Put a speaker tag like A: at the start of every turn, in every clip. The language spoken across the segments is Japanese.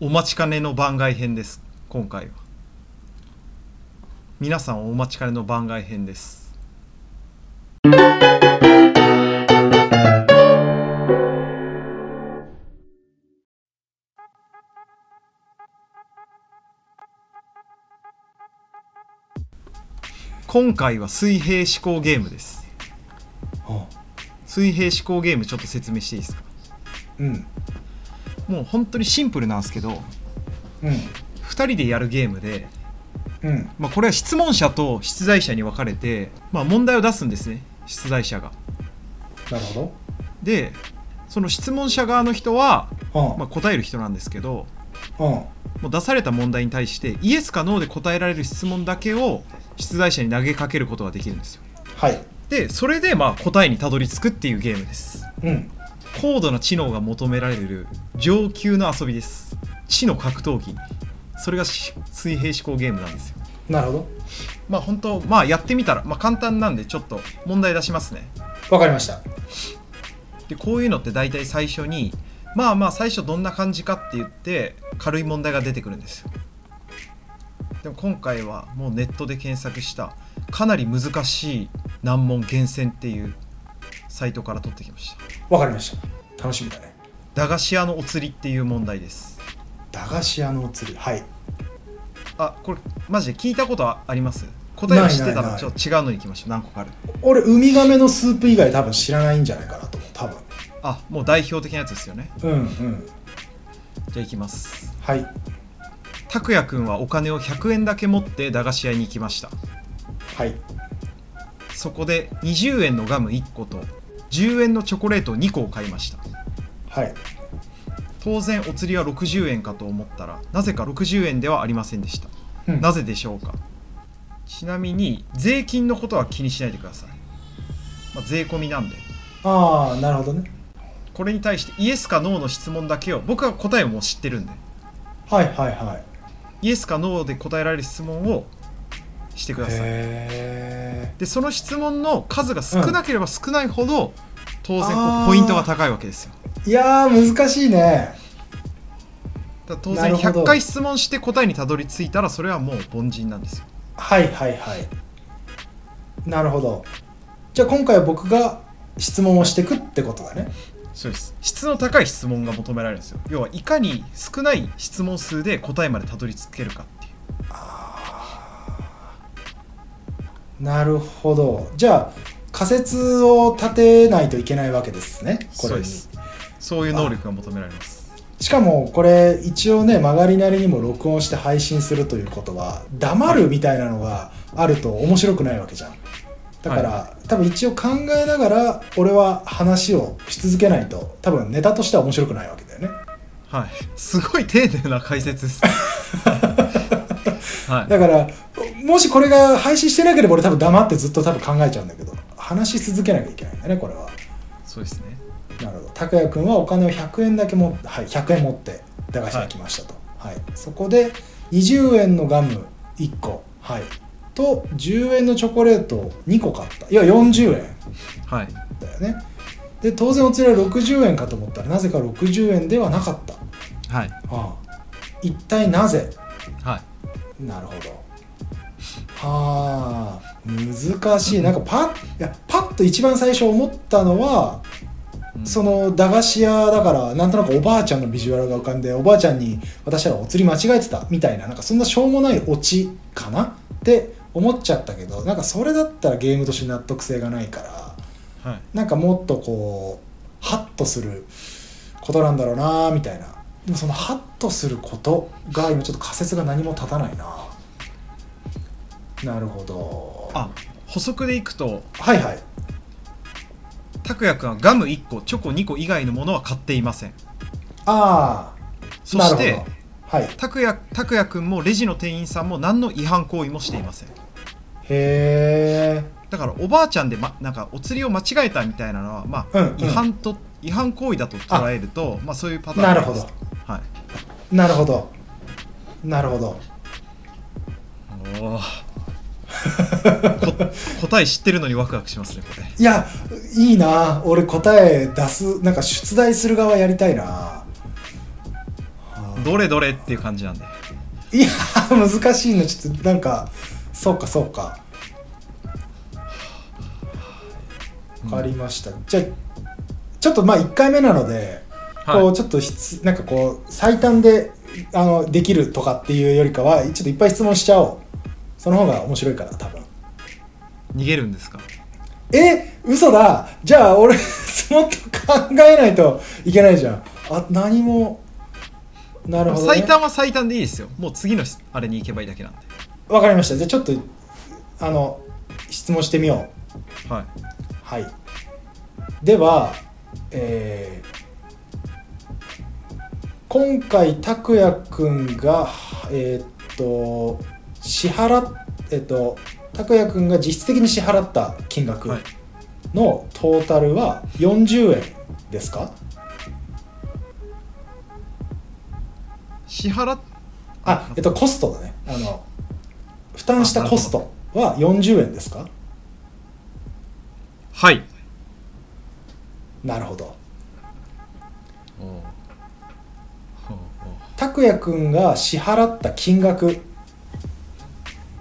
A: お待ちかねの番外編です今回は皆さんお待ちかねの番外編です今回は水平思考ゲームです水平思考ゲームちょっと説明していいですか
B: うん
A: もう本当にシンプルなんですけど
B: うん
A: 2人でやるゲームで、
B: うん
A: まあ、これは質問者と出題者に分かれて、まあ、問題を出すんですね出題者が。
B: なるほ
A: でその質問者側の人は、
B: ど
A: まあ、答える人なんですけど
B: うんうん
A: もう出された問題に対してイエスかノーで答えられる質問だけを出題者に投げかけることができるんですよ。
B: はい
A: でそれでまあ答えにたどり着くっていうゲームです。
B: うん
A: 高度な知能が求められる上級の遊びです。知の格闘技それがし水平思考ゲームなんですよ。
B: なるほど
A: まあ本当まあやってみたら、まあ、簡単なんでちょっと問題出しますね
B: わかりました
A: でこういうのって大体最初にまあまあ最初どんな感じかって言って軽い問題が出てくるんですよでも今回はもうネットで検索したかなり難しい難問厳選っていうサイトから取ってきました
B: わかりました楽しみだね
A: 駄菓子屋のお釣りっていう問題です
B: 駄菓子屋のお釣りはい
A: あこれマジで聞いたことあります答えを知ってた
B: ないない
A: ら
B: ない
A: ちょっと違うのに行きましょう何個かある
B: 俺ウミガメのスープ以外多分知らないんじゃないかなと思う多分
A: あもう代表的なやつですよね
B: うんうん
A: じゃあ行きます
B: はい
A: 拓也くんはお金を100円だけ持って駄菓子屋に行きました
B: はい
A: そこで20円のガム1個と10円のチョコレート2個を買いました
B: はい
A: 当然お釣りは60円かと思ったらなぜか60円ではありませんでした、
B: うん
A: なぜでしょうかちなみに税金のことは気にしないでください、まあ、税込みなんで
B: ああなるほどね
A: これに対してイエスかノーの質問だけを僕は答えをもう知ってるんで
B: はいはいはい
A: イエスかノーで答えられる質問をしてください
B: へ
A: でその質問の数が少なければ少ないほど、当然こ
B: あー
A: うポイントが高いわけですよ
B: えいやー難しいね
A: だから当
B: な
A: 然
B: るほど
A: 100回質問して答えにたどり着いたらそれはもう凡人なんですよ
B: はいはいはいなるほどじゃあ今回は僕が質問をしてくってことだね
A: そうです質の高い質問が求められるんですよ要はいかに少ない質問数で答えまでたどり着けるかっていう
B: なるほどじゃあ仮説を立てないといけないわけですねこ
A: そう
B: れ
A: で
B: に
A: すそういう能力が求められます
B: しかもこれ一応ね曲がりなりにも録音して配信するということは黙るみたいなのがあると面白くないわけじゃんだから、多分一応考えながら俺は話をし続けないと多分ネタとしては面白くないわけだよね
A: はいすごい丁寧な解説です はい
B: だからもしこれが配信してなければ俺多分黙ってずっと多分考えちゃうんだけど話し続けなきゃいけないんだねこれは
A: そうですね
B: なるほど拓哉君はお金を100円だけ持って、はい、100円持って駄菓子に来ましたと、はいそこで20円のガム1個、はい、と10円のチョコレートを2個買ったいや40円
A: はい
B: だよねで当然お釣りは60円かと思ったらなぜか60円ではなかった、
A: はい
B: ああ一体なぜ
A: はい
B: なるほどあー難しいなんかパッいやパッと一番最初思ったのは
A: うん
B: その駄菓子屋だからなんとなくおばあちゃんのビジュアルが浮かんでおばあちゃんに私らお釣り間違えてたみたいななんかそんなしょうもないオチかなって思っちゃったけどなんかそれだったらゲームとして納得性がないから
A: はい
B: なんかもっとこうハッとすることなんだろうなみたいなでもそのハッとすることが今ちょっと仮説が何も立たないななるほど
A: あ補足でいくと
B: はいはい
A: 拓也くんはガム1個チョコ2個以外のものは買っていません
B: ああ
A: そ
B: なる
A: し
B: ほ
A: て
B: どはい
A: 拓也拓也くんもレジの店員さんも何の違反行為もしていません
B: へえ
A: だからおばあちゃんで、ま、なんかお釣りを間違えたみたいなのは、まあ
B: うんうん
A: 違反と違反行為だと捉えるとまあ、そういうパターン
B: なるほど
A: ですはい
B: なるほどなるほど
A: おーこ 答え知ってるのにワクワクしますねこれ
B: いやいいな俺答え出すなんか出題する側やりたいなはあ
A: どれどれっていう感じなんで
B: いやー難しいのちょっとなんかそうかそうか
A: うん
B: 分かりました、じゃあちょっとまあ1回目なので、
A: はい
B: こうちょっとひつなんかこう最短であのできるとかっていうよりかはちょっといっぱい質問しちゃおうその方が面白いから多分
A: 逃げるんですか
B: え嘘だじゃあ俺 もっと考えないといけないじゃんあ何もなるほど、ね、
A: 最短は最短でいいですよもう次のしあれに行けばいいだけなんで
B: わかりましたじゃあちょっとあの質問してみよう
A: はい
B: はいではえー今回拓也くんがえーっと支払っえーっと拓也くんが実質的に支払った金額
A: はい
B: のトータルは40円ですか、
A: 支払っ
B: あえっとコストだねあの負担したコストは40円ですか
A: はい
B: なるほど
A: おうおうおう
B: 拓也くんが支払った金額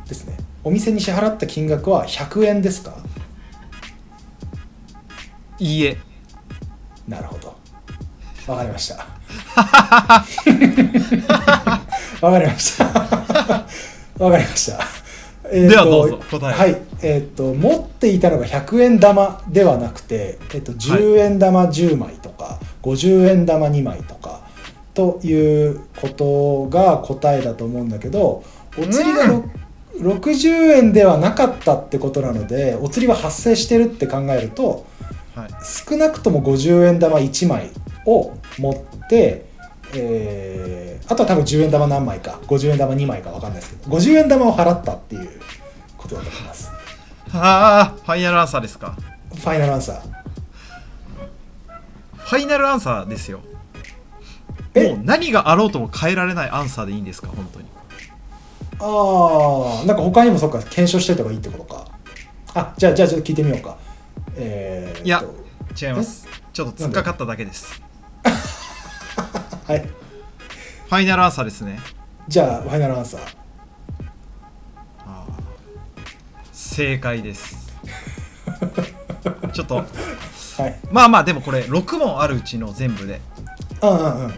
B: ですねお店に支払った金額は100円ですか
A: いいえ
B: なるほどわかりました わかりましたわかりましたえーと
A: ではどうぞ答えを
B: はいえっ、と持っていたのが100円玉ではなくて、えー、と10円玉10枚とか、50円玉2枚とかということが答えだと思うんだけどお釣りがろ60円ではなかったってことなのでお釣りは発生してるって考えると
A: はい
B: 少なくとも50円玉1枚を持って、えーあとは多分10円玉何枚か50円玉2枚か分かんないですけど50円玉を払ったっていうことだと思います
A: ああファイナルアンサーですか
B: ファイナルアンサー
A: ファイナルアンサーですよ
B: え
A: もう何があろうとも変えられないアンサーでいいんですか本当に
B: あーなんか他にもそっか検証していた方がいいってことかあじゃあじゃあちょっと聞いてみようかえー、
A: いや
B: えっと
A: 違いますちょっと突っかかっただけです
B: はい
A: ファイナルアンサーですね
B: じゃあファイナルアンサー
A: あー正解です ちょっと
B: はい
A: まあまあでもこれ6問あるうちの全部で
B: うんうんうん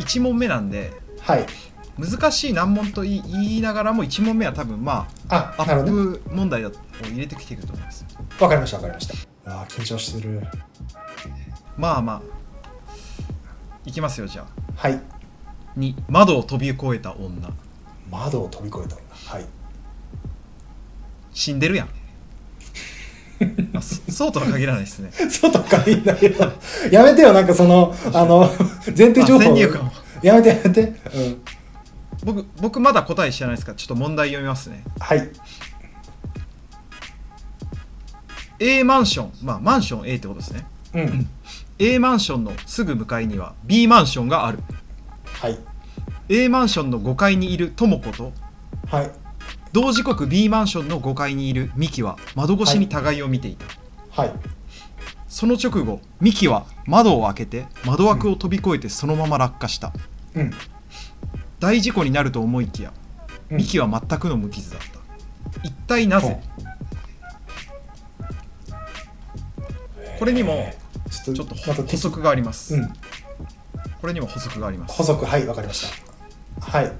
A: 1問目なんで
B: はい
A: 難しい難問と言い言いながらも1問目は多分ま
B: あ
A: あア
B: なる
A: ッ
B: ほどね
A: プ問題を入れてきてると思います
B: わかりましたわかりましたあー緊張してる
A: まあまあいきますよじゃあ
B: はい
A: 2窓を飛び越えた女
B: 窓を飛び越えたんだはい
A: 死んでるやん、まあ、そそうとは限らないですね
B: 外からいいんだけどやめてよなんかその あの前提情
A: あ
B: 報
A: 先入観を
B: やめてやめて、うん、
A: 僕僕まだ答え知らないですからちょっと問題読みますね
B: はい
A: A マンションまあマンション A ってことですね
B: うん
A: A マンションのすぐ向かいには B マンションがある
B: はい
A: A マンションの5階にいる智子と
B: はい
A: 同時刻 B マンションの5階にいるミキは窓越しに互いを見ていた、
B: はい
A: その直後ミキは窓を開けて窓枠を飛び越えてそのまま落下した
B: うん
A: 大事故になると思いきや
B: うん
A: ミキは全くの無傷だった、一体なぜこれにも
B: ちょっ
A: ち
B: と
A: ょっと
B: ま
A: 補
B: た適
A: 足があります、
B: うん
A: これにも補足があります
B: 補足はいわかりましたはい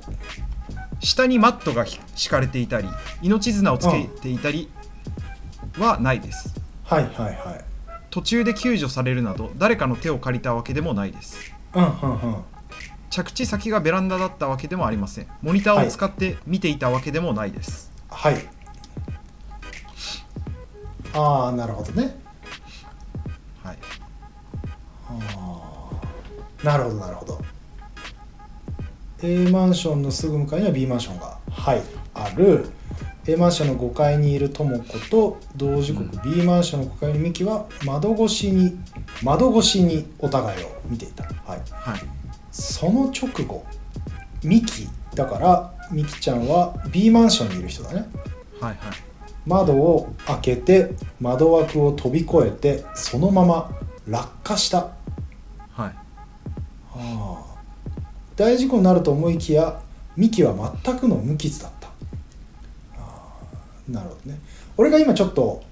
A: 下にマットがひ敷かれていたり命綱をつけていたりはないです
B: はいはいはい
A: 途中で救助されるなど誰かの手を借りたわけでもないです
B: うんうんうん
A: 着地先がベランダだったわけでもありませんモニターを使って見ていたわけでもないです、
B: はいああなるほどね
A: はい、
B: あーなるほどなるほど A マンションのすぐ向かいには B マンションがはいある A マンションの5階にいる智子と同時刻 B マンションの5階にいるミキは窓越しに窓越しにお互いを見ていた、はい、
A: はい、
B: その直後ミキだからミキちゃんは B マンションにいる人だね
A: はいはい
B: 窓を開けて窓枠を飛び越えてそのまま落下した
A: はい
B: ああ大事故になると思いきや幹は全くの無傷だったあーなるほどね俺が今ちょっと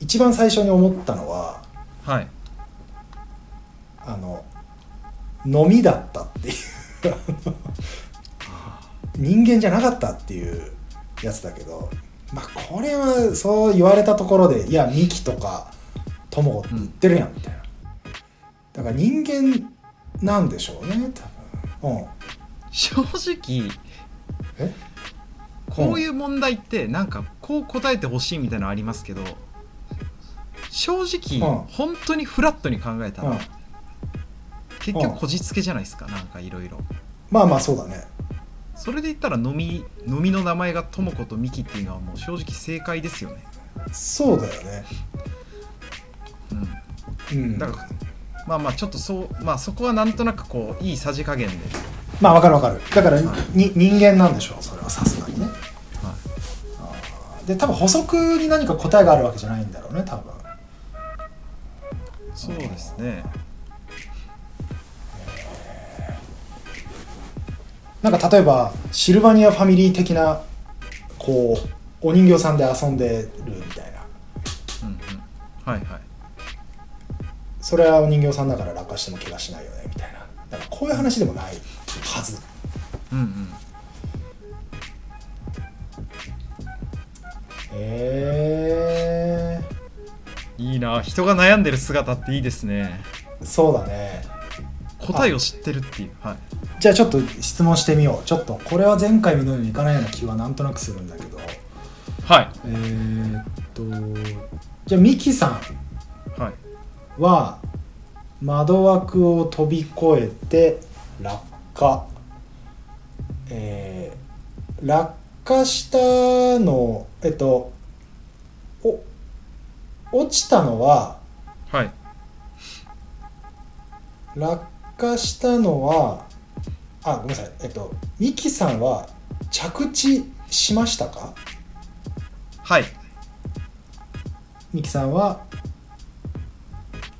B: 一番最初に思ったのは
A: はい
B: あの飲みだったっていう 人間じゃなかったっていうやつだけどまあこれはそう言われたところでいやミキとかトモって言ってるやんみたいな、だから人間なんでしょうね多分うん
A: 正直
B: え
A: こういう問題ってなんかこう答えてほしいみたいなのありますけど正直
B: うん
A: 本当にフラットに考えた
B: うん
A: ら結局こじつけじゃないですかなんかいろいろ
B: まあまあそうだね
A: それで言ったら飲み飲みの名前がともことミキっていうのはもう正直正解ですよね
B: そうだよね
A: うん
B: うん
A: だからまあまあちょっとそうまあそこはなんとなくこういいさじ加減で、
B: まあわかるわかるだからに
A: はい
B: に人間なんでしょうそれはさすがにね
A: は
B: で多分補足に何か答えがあるわけじゃないんだろうね多分
A: い、そうですね
B: なんか例えばシルバニアファミリー的なこうお人形さんで遊んでるみたいな
A: うんうんはいはい
B: それはお人形さんだから落下しても怪我しないよねみたいなだからこういう話でもないはず
A: うんうん
B: へえ
A: いいな人が悩んでる姿っていいですね
B: そうだね
A: 答えを知ってるっていうはい
B: じゃあちょっと質問してみようちょっとこれは前回のようにいかないような気はなんとなくするんだけど
A: はい
B: えー、っとじゃあミキさ
A: はい
B: んは窓枠を飛び越えて落下えー落下したのえっとお落ちたのは
A: はい
B: 落下したのはあごめんなさいえっとミキさんは着地しましたか
A: はい
B: ミキさんは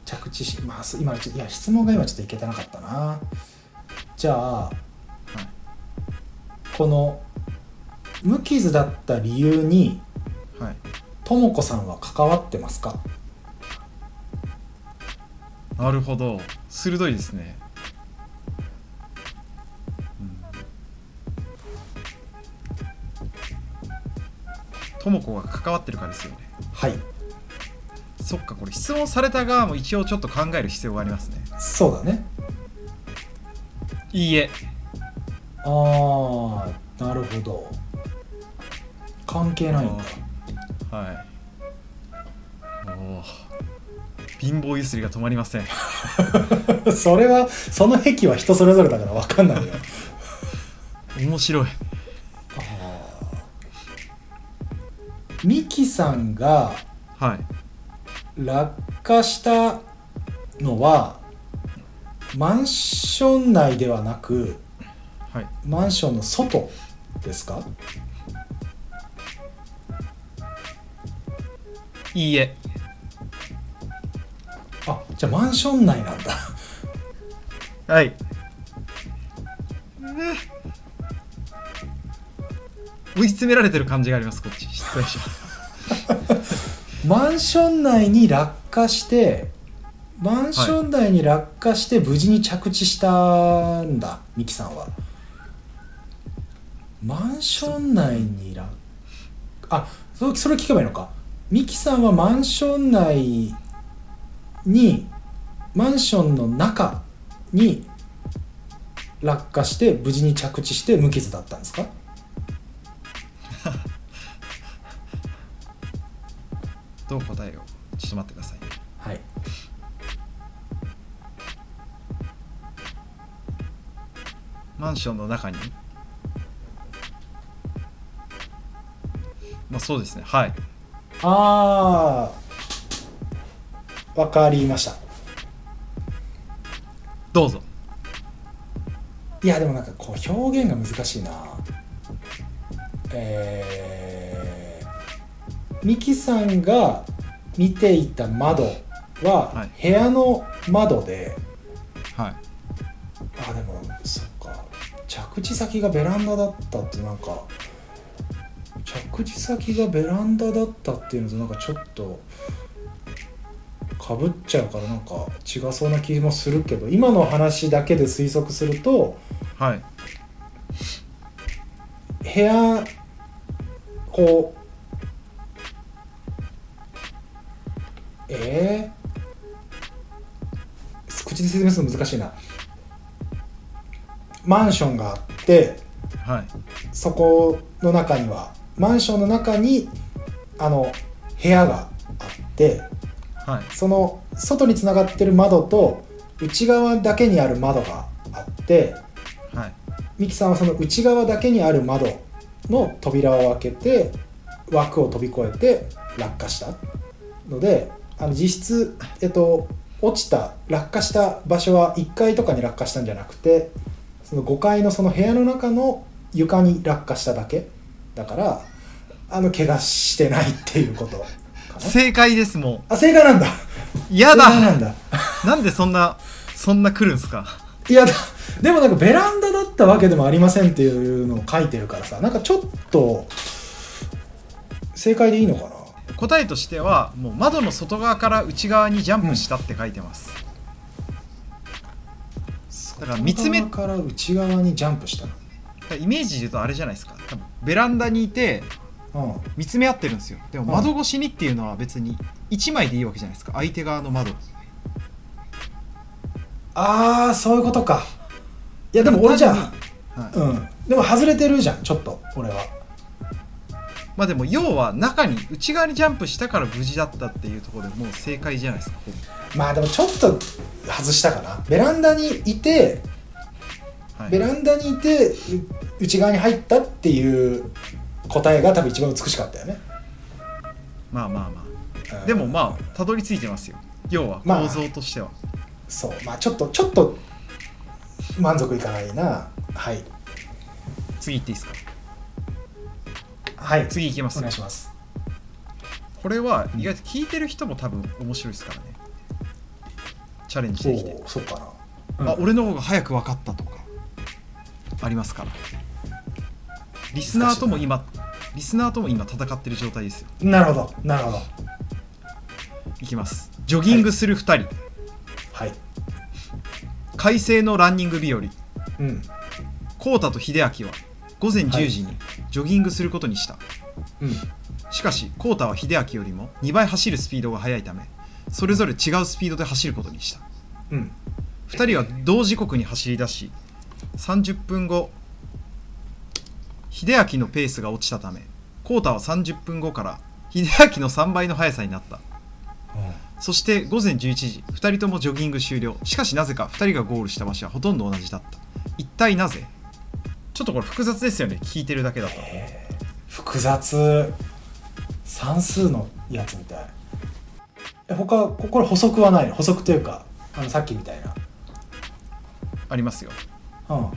B: 着地します今ちょいや質問が今ちょっといけてなかったなじゃあ、この無傷だった理由に
A: はい
B: ともこさんは関わってますか
A: なるほど鋭いですね、うん、ともこが関わってるかですよね
B: はい
A: そっかこれ質問された側も一応ちょっと考える必要がありますね
B: そうだね
A: いいえ
B: ああなるほど関係ないんだ
A: はいおー貧乏ゆすりが止まりません
B: それはその癖は人それぞれだから分かん ないよ
A: 面白い
B: ミキさんが
A: はい
B: 落下したのはマンション内ではなく
A: はい
B: マンションの外ですか
A: いいえ
B: あじゃあマンション内なんだ
A: はいね追い詰められてる感じがありますこっち失礼します
B: マンション内に落下してマンション内に落下して無事に着地したんだ、ミキさんはマンション内に落あそそれ聞けばいいのかミキさんはマンション内にマンションの中に落下して無事に着地して無傷だったんですか
A: どう答えをちょっと待ってください
B: はい
A: マンションの中にまあそうですねはい
B: ああわかりました
A: どうぞ
B: いやでもなんかこう表現が難しいなえー、ミキさんが見ていた窓
A: は
B: は部屋の窓で、
A: はい
B: あでもそっか着地先がベランダだったってなんか着地先がベランダだったっていうのとなんかちょっとかぶっちゃうからなんか違そうな気もするけど今の話だけで推測すると
A: はい
B: 部屋こうえー、口で説明するの難しいなマンションがあって
A: はい
B: そこの中にはマンションの中にあの部屋があって
A: はい
B: その外につながってる窓と内側だけにある窓があって
A: はい
B: ミキさんはその内側だけにある窓の扉を開けて枠を飛び越えて落下したのであの実質、えっと、落ちた落下した場所は1階とかに落下したんじゃなくてその5階のその部屋の中の床に落下しただけだからあの怪我してないっていうことかな
A: 正解ですも
B: あ正解なんだ
A: うや
B: 正解な
A: だ
B: んだ
A: なんでそんなそんな来るんすか
B: いやだでもなんかベランダだったわけでもありませんっていうのを書いてるからさなんかちょっと正解でいいのかな
A: 答えとしてはもう窓の外側から内側にジャンプしたって書いてます、だから見つめ
B: 外側から内側にジャンプした
A: だからイメージで言うとあれじゃないですか多分ベランダにいて
B: の
A: 見つめ合ってるんですよでも窓越しにっていうのは別に1枚でいいわけじゃないですか相手側の窓
B: ああそういうことかいや
A: で
B: でも
A: も
B: 俺じゃ
A: 単
B: あ
A: はい
B: うんでも外れてるじゃんちょっと俺は
A: まあでも要は中に内側にジャンプしたから無事だったっていうところでもう正解じゃないですかほ
B: まあでもちょっと外したかなベランダにいて
A: ぼはい
B: ベランダにいてう内側に入ったっていう答えが多分一番美しかったよね、
A: まあまあま
B: うん
A: あでもまあたどり着いてますよ要は
B: まあ
A: 構造としては、
B: そうまあちょっとちょっと満足いかないなはい
A: 次行っていいですか
B: はい
A: 次行きます
B: お願いします
A: これは意外と聞いてる人も多分面白いですからねチャレンジできて、
B: おおそっかな、
A: あ俺の方が早く分かったとかありますからリスナーとも今リスナーとも今戦ってる状態ですよ
B: なるほどなるほど
A: いきますジョギングする2人、
B: はい
A: 快晴のランニング日和
B: うん
A: 浩太と秀明は午前10時にジョギングすることにした、
B: うん
A: しかし浩太は秀明よりも2倍走るスピードが速いためそれぞれ違うスピードで走ることにした
B: うん
A: 2人は同時刻に走り出し30分後秀明のペースが落ちたため浩太は30分後から秀明の3倍の速さになったそして午前11時2人ともジョギング終了しかしなぜか2人がゴールした場所はほとんど同じだった一体なぜちょっとこれ複雑ですよね聞いてるだけだと
B: 複雑算数のやつみたいえ他ここれ補足はないの補足というかあのさっきみたいな
A: ありますよ
B: うん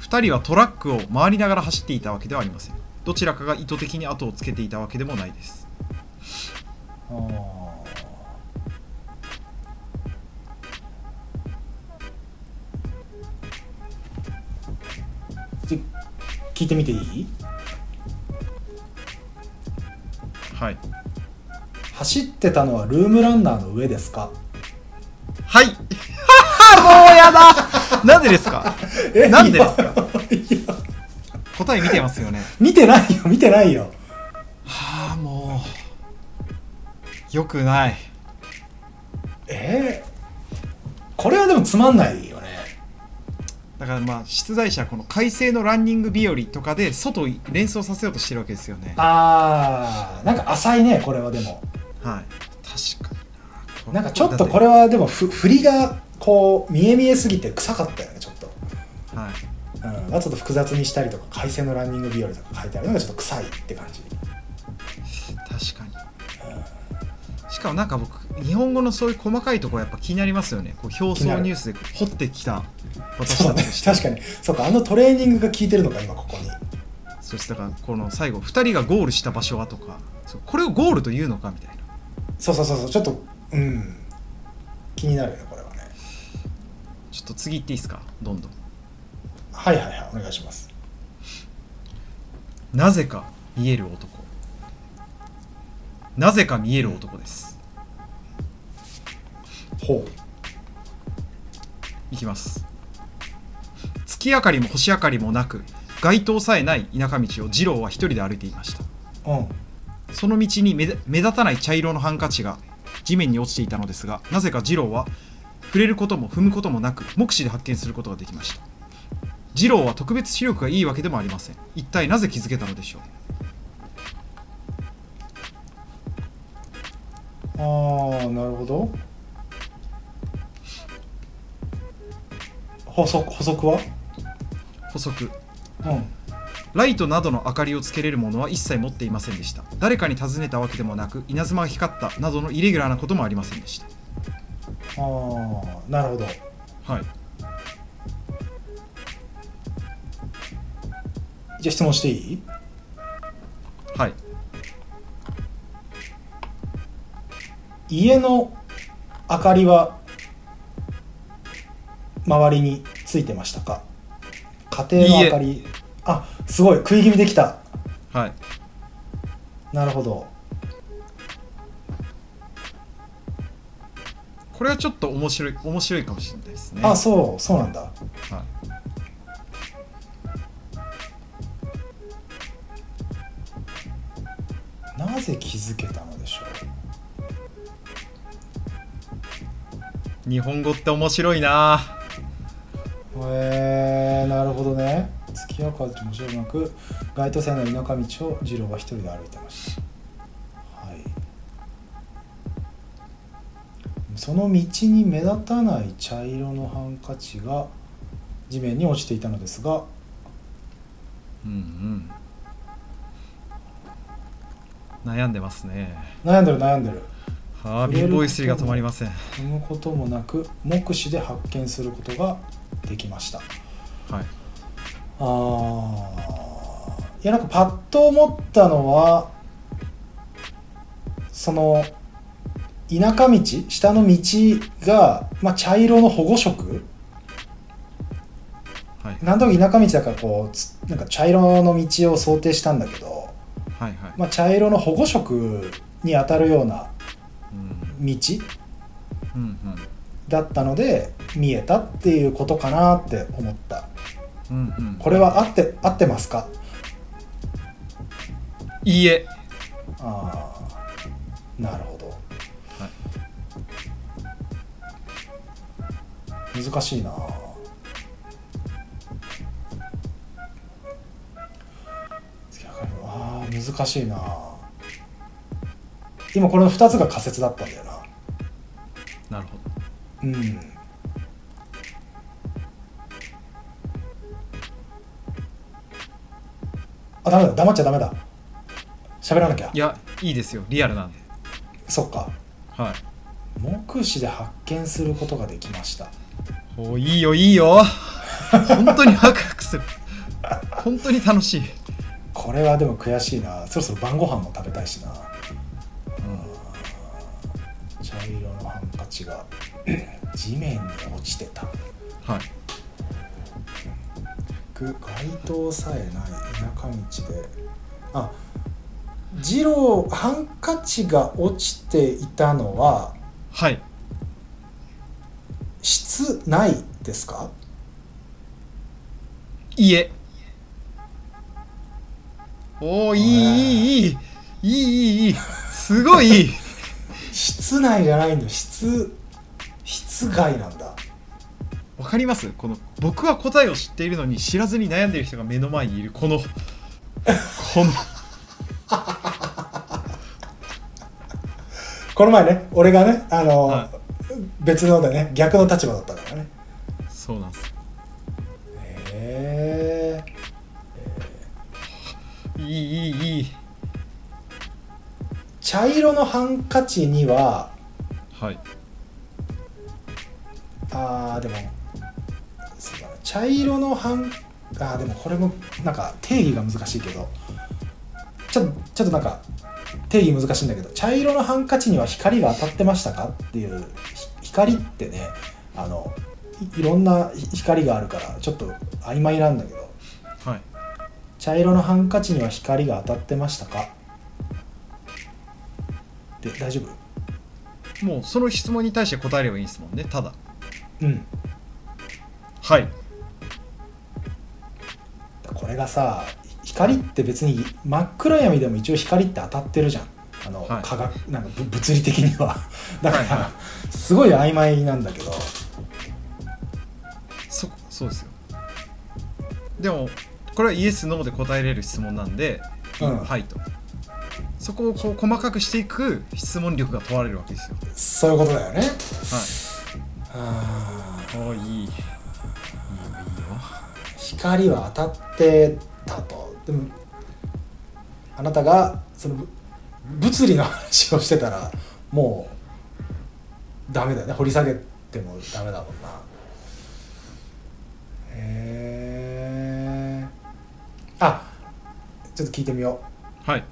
A: 2人はトラックを回りながら走っていたわけではありませんどちらかが意図的に後をつけていたわけでもないです
B: あーじ聞いてみていい
A: はい
B: 走ってたのはルームランナーの上ですか
A: はい もうやだなんでですか
B: え
A: なんでですか
B: いや
A: 答え見てますよね
B: 見てないよ見てないよ
A: はあもうよくない
B: えー、これはでもつまんないよね
A: だからまあ出題者はこの快晴のランニング日和とかで外を連想させようとしてるわけですよねは
B: あーなんか浅いねこれはでも
A: い確かに
B: なんかちょっとこれはでもふ振りがこう見え見えすぎて臭かったよねちょっと
A: れはい
B: うん、まあちょっと複雑にしたりとか快晴のランニング日和とか書いてあるのがちょっと臭いって感じ
A: 確かにしかもなんか僕日本語のそういう細かいところやっぱ気になりますよねこう表
B: 気にな
A: 層
B: る
A: ニュースで掘ってきた私
B: そう
A: た
B: だね
A: ちとして
B: 確かにそうかあのトレーニングが効いてるのか今ここに
A: そしてだからこの最後2人がゴールした場所はとかそうこれをゴールというのかみたいな
B: そうそうそうそうちょっとうん気になるよねこれはね
A: ちょっと次行っていいですかどんどん
B: はいはいはいお願いします
A: なぜか見える男なぜか見える男です
B: ほう
A: いきます月明かりも星明かりもなく街灯さえない田舎道を二郎は一人で歩いていました
B: うん
A: その道に目立目立たない茶色のハンカチが地面に落ちていたのですがなぜか二郎は触れることも踏むこともなく目視で発見することができました二郎は特別視力がいいわけでもありません一体なぜ気づけたのでしょう
B: ああなるほど補足補足は
A: 補足
B: うん
A: ライトなどの明かりをつけれるものは一切持っていませんでした誰かに尋ねたわけでもなく稲妻が光ったなどのイレギュラーなこともありませんでした
B: ああなるほど
A: はい
B: じゃあ質問していい
A: はい
B: 家の明かりは周りについてましたか家庭の明かりあすごい食い気味できた
A: はい
B: なるほど
A: これはちょっと面白い面白いかもしれないですね
B: あそうそうなんだ
A: はい
B: なぜ気づけたのでしょ
A: 日本語って面白いな
B: うへえなるほどね月明かりもしろなく街頭線の田舎道を二郎は一人で歩いてましたはいその道に目立たない茶色のハンカチが地面に落ちていたのですが
A: うんうん悩んでますね
B: 悩んでる悩んでる
A: はあ
B: 触れ
A: 貧
B: る
A: 乏ゆすりが止まりません
B: 踏むこともなく目視で発見することができました
A: はい
B: あーいやなんかパッと思ったのはその田舎道下の道が、まあ、茶色の保護色
A: はい
B: なんとなく田舎道だからこうつなんか茶色の道を想定したんだけど、
A: はいはい、
B: まあ、茶色の保護色に当たるような
A: うん
B: 道
A: うんうん
B: だったので見えたっていうことかなって思った
A: うんうん
B: これは合って合ってますか
A: いいえ
B: ああなるほど、
A: は
B: 難しいなあー難しいな今これの2つが仮説だったんだよな
A: なるほど
B: うんあダメだ黙っちゃダメだ喋らなきゃ
A: いやいいですよリアルなんで
B: そっか
A: はい
B: 目視で発見することができました
A: おーいいよいいよ本当にワクワクする本当に楽しい、
B: これはでも悔しいなそろそろ晩ご飯も食べたいしな茶色のハンカチが 地面に落ちてた
A: はい
B: 街灯さえない田舎道であ二郎ハンカチが落ちていたのは
A: はい
B: 室内ですか
A: いいえおーいいいいいいいいいいいいすごいいい
B: 室内じゃないんだ室室外なんだ
A: わかりますこの僕は答えを知っているのに知らずに悩んでいる人が目の前にいるこのこの
B: この前ね俺がねあの、
A: は
B: 別のでね逆の立場だったからね
A: そうなんです
B: へえ
A: いいいいいい
B: 茶色のハンカチには
A: はい
B: あーでもそうだな茶色のハンあーでもこれもなんか定義が難しいけどちょちょっとなんか定義難しいんだけど茶色のハンカチには光が当たってましたかっていうひ光ってねあのいいろんな光があるからちょっと曖昧なんだけど
A: はい
B: 茶色のハンカチには光が当たってましたかで大丈夫
A: もうその質問に対して答えればいいんですもんねただ
B: うん
A: はい
B: これがさ光って別に真っ暗闇でも一応光って当たってるじゃんあの、
A: はい
B: 科学なんかぶ物理的にはだから、
A: はいは
B: すごい曖昧なんだけど
A: そそうですよでもこれはイエス・ノーで答えれる質問なんで、
B: うん
A: はいとそこをこう細かくしていく質問力が問われるわけですよ
B: そういうことだよね
A: は
B: あー
A: いおいいいいよ
B: 光は当たってたとでもあなたがそのぶ物理の話をしてたらもうダメだよね掘り下げてもダメだもんなへえあちょっと聞いてみよ
A: はい、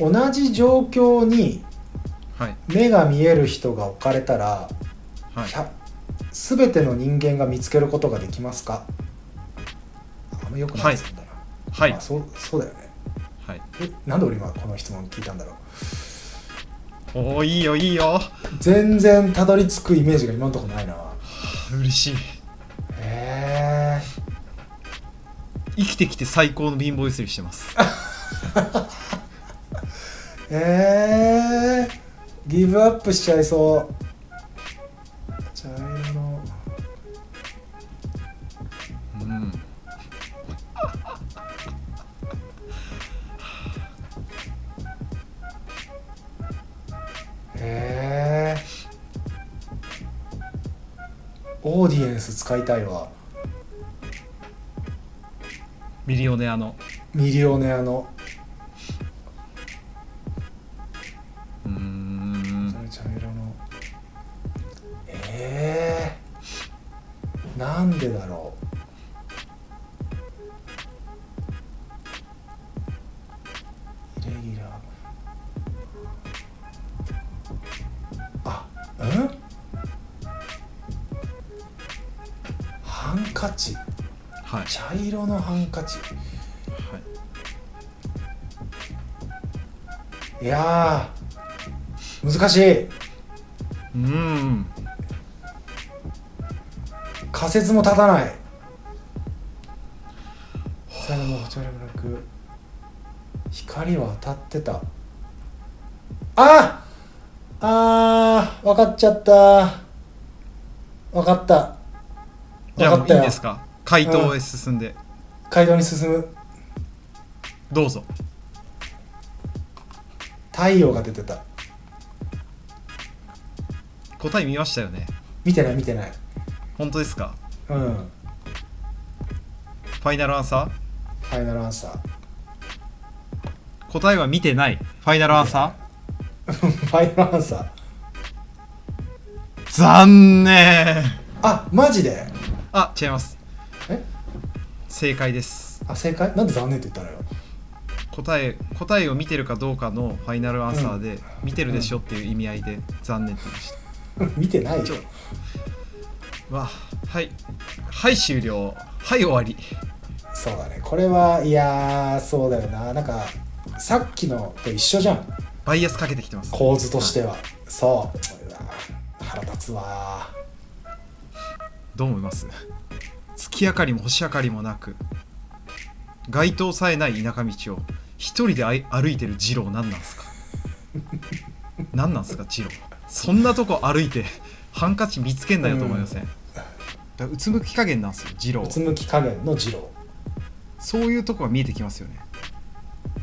B: う同じ状況に
A: はい
B: 目が見える人が置かれたら、
A: はい
B: ひゃ全ての人間が見つけることができますかあんまよくないですよね
A: は
B: ま
A: い
B: あ、そうそうだよね
A: はい
B: えなんで俺今この質問聞いたんだろう
A: おおいいよいいよ
B: 全然たどり着くイメージが今のところないな
A: 嬉しい
B: へえ
A: 生きてきて最高の貧乏ゆすりしてます
B: ええギブアップしちゃいそう茶色の
A: うん
B: へえオーディエンス使いたいわ
A: ミリオネアの
B: ミリオネアの
A: うーん
B: 茶色のええなんでだろうイレギュラーあうんハンカチ
A: はい、
B: 茶色のハンカチ
A: はい、
B: いやー難しいう
A: ーん
B: 仮説も立たない最後のお茶でもなく光は当たってたああー分かっちゃった分かった
A: じゃ
B: 分
A: あ
B: か
A: も
B: っ
A: うい
B: た
A: い
B: よ
A: ですか回答へ進んで、
B: 街道に進む
A: どうぞ
B: 太陽が出てた
A: 答え見ましたよね
B: 見てない見てない
A: 本当ですか
B: うんフ
A: ファイナルアンサ
B: ァイナルアンサ
A: ー答えは見てないファイナルアンサ
B: ー ファイナルアンサー
A: ー残念
B: あマジで
A: あ違います
B: え
A: 正解です
B: あ正解なんで残念って言ったのよ
A: 答え答えを見てるかどうかのファイナルアンサーで、
B: うん
A: 見てるでしょっていう意味合いで残念って言いました、
B: 見てないよ
A: ちょわはいはい終了はい終わり
B: そうだねこれはいやーそうだよななんかさっきのと一緒じゃん
A: バイアスかけてきてます
B: 構図としてはそううわー腹立つわ
A: どう思います月明かりも星明かりもなく街灯さえない田舎道を一人であい歩いてる二郎何なん すか何なんすか二郎そんなとこ歩いてハンカチ見つけんなよと思いません、だからうつむき加減なんですよ二郎
B: ーうつむき加減の二郎
A: そういうとこが見えてきますよね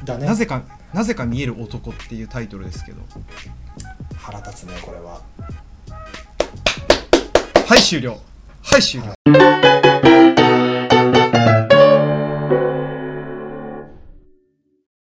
B: だね
A: なぜかなぜか見える男っていうタイトルですけど
B: 腹立つねこれは
A: はい終了はい終了、
B: は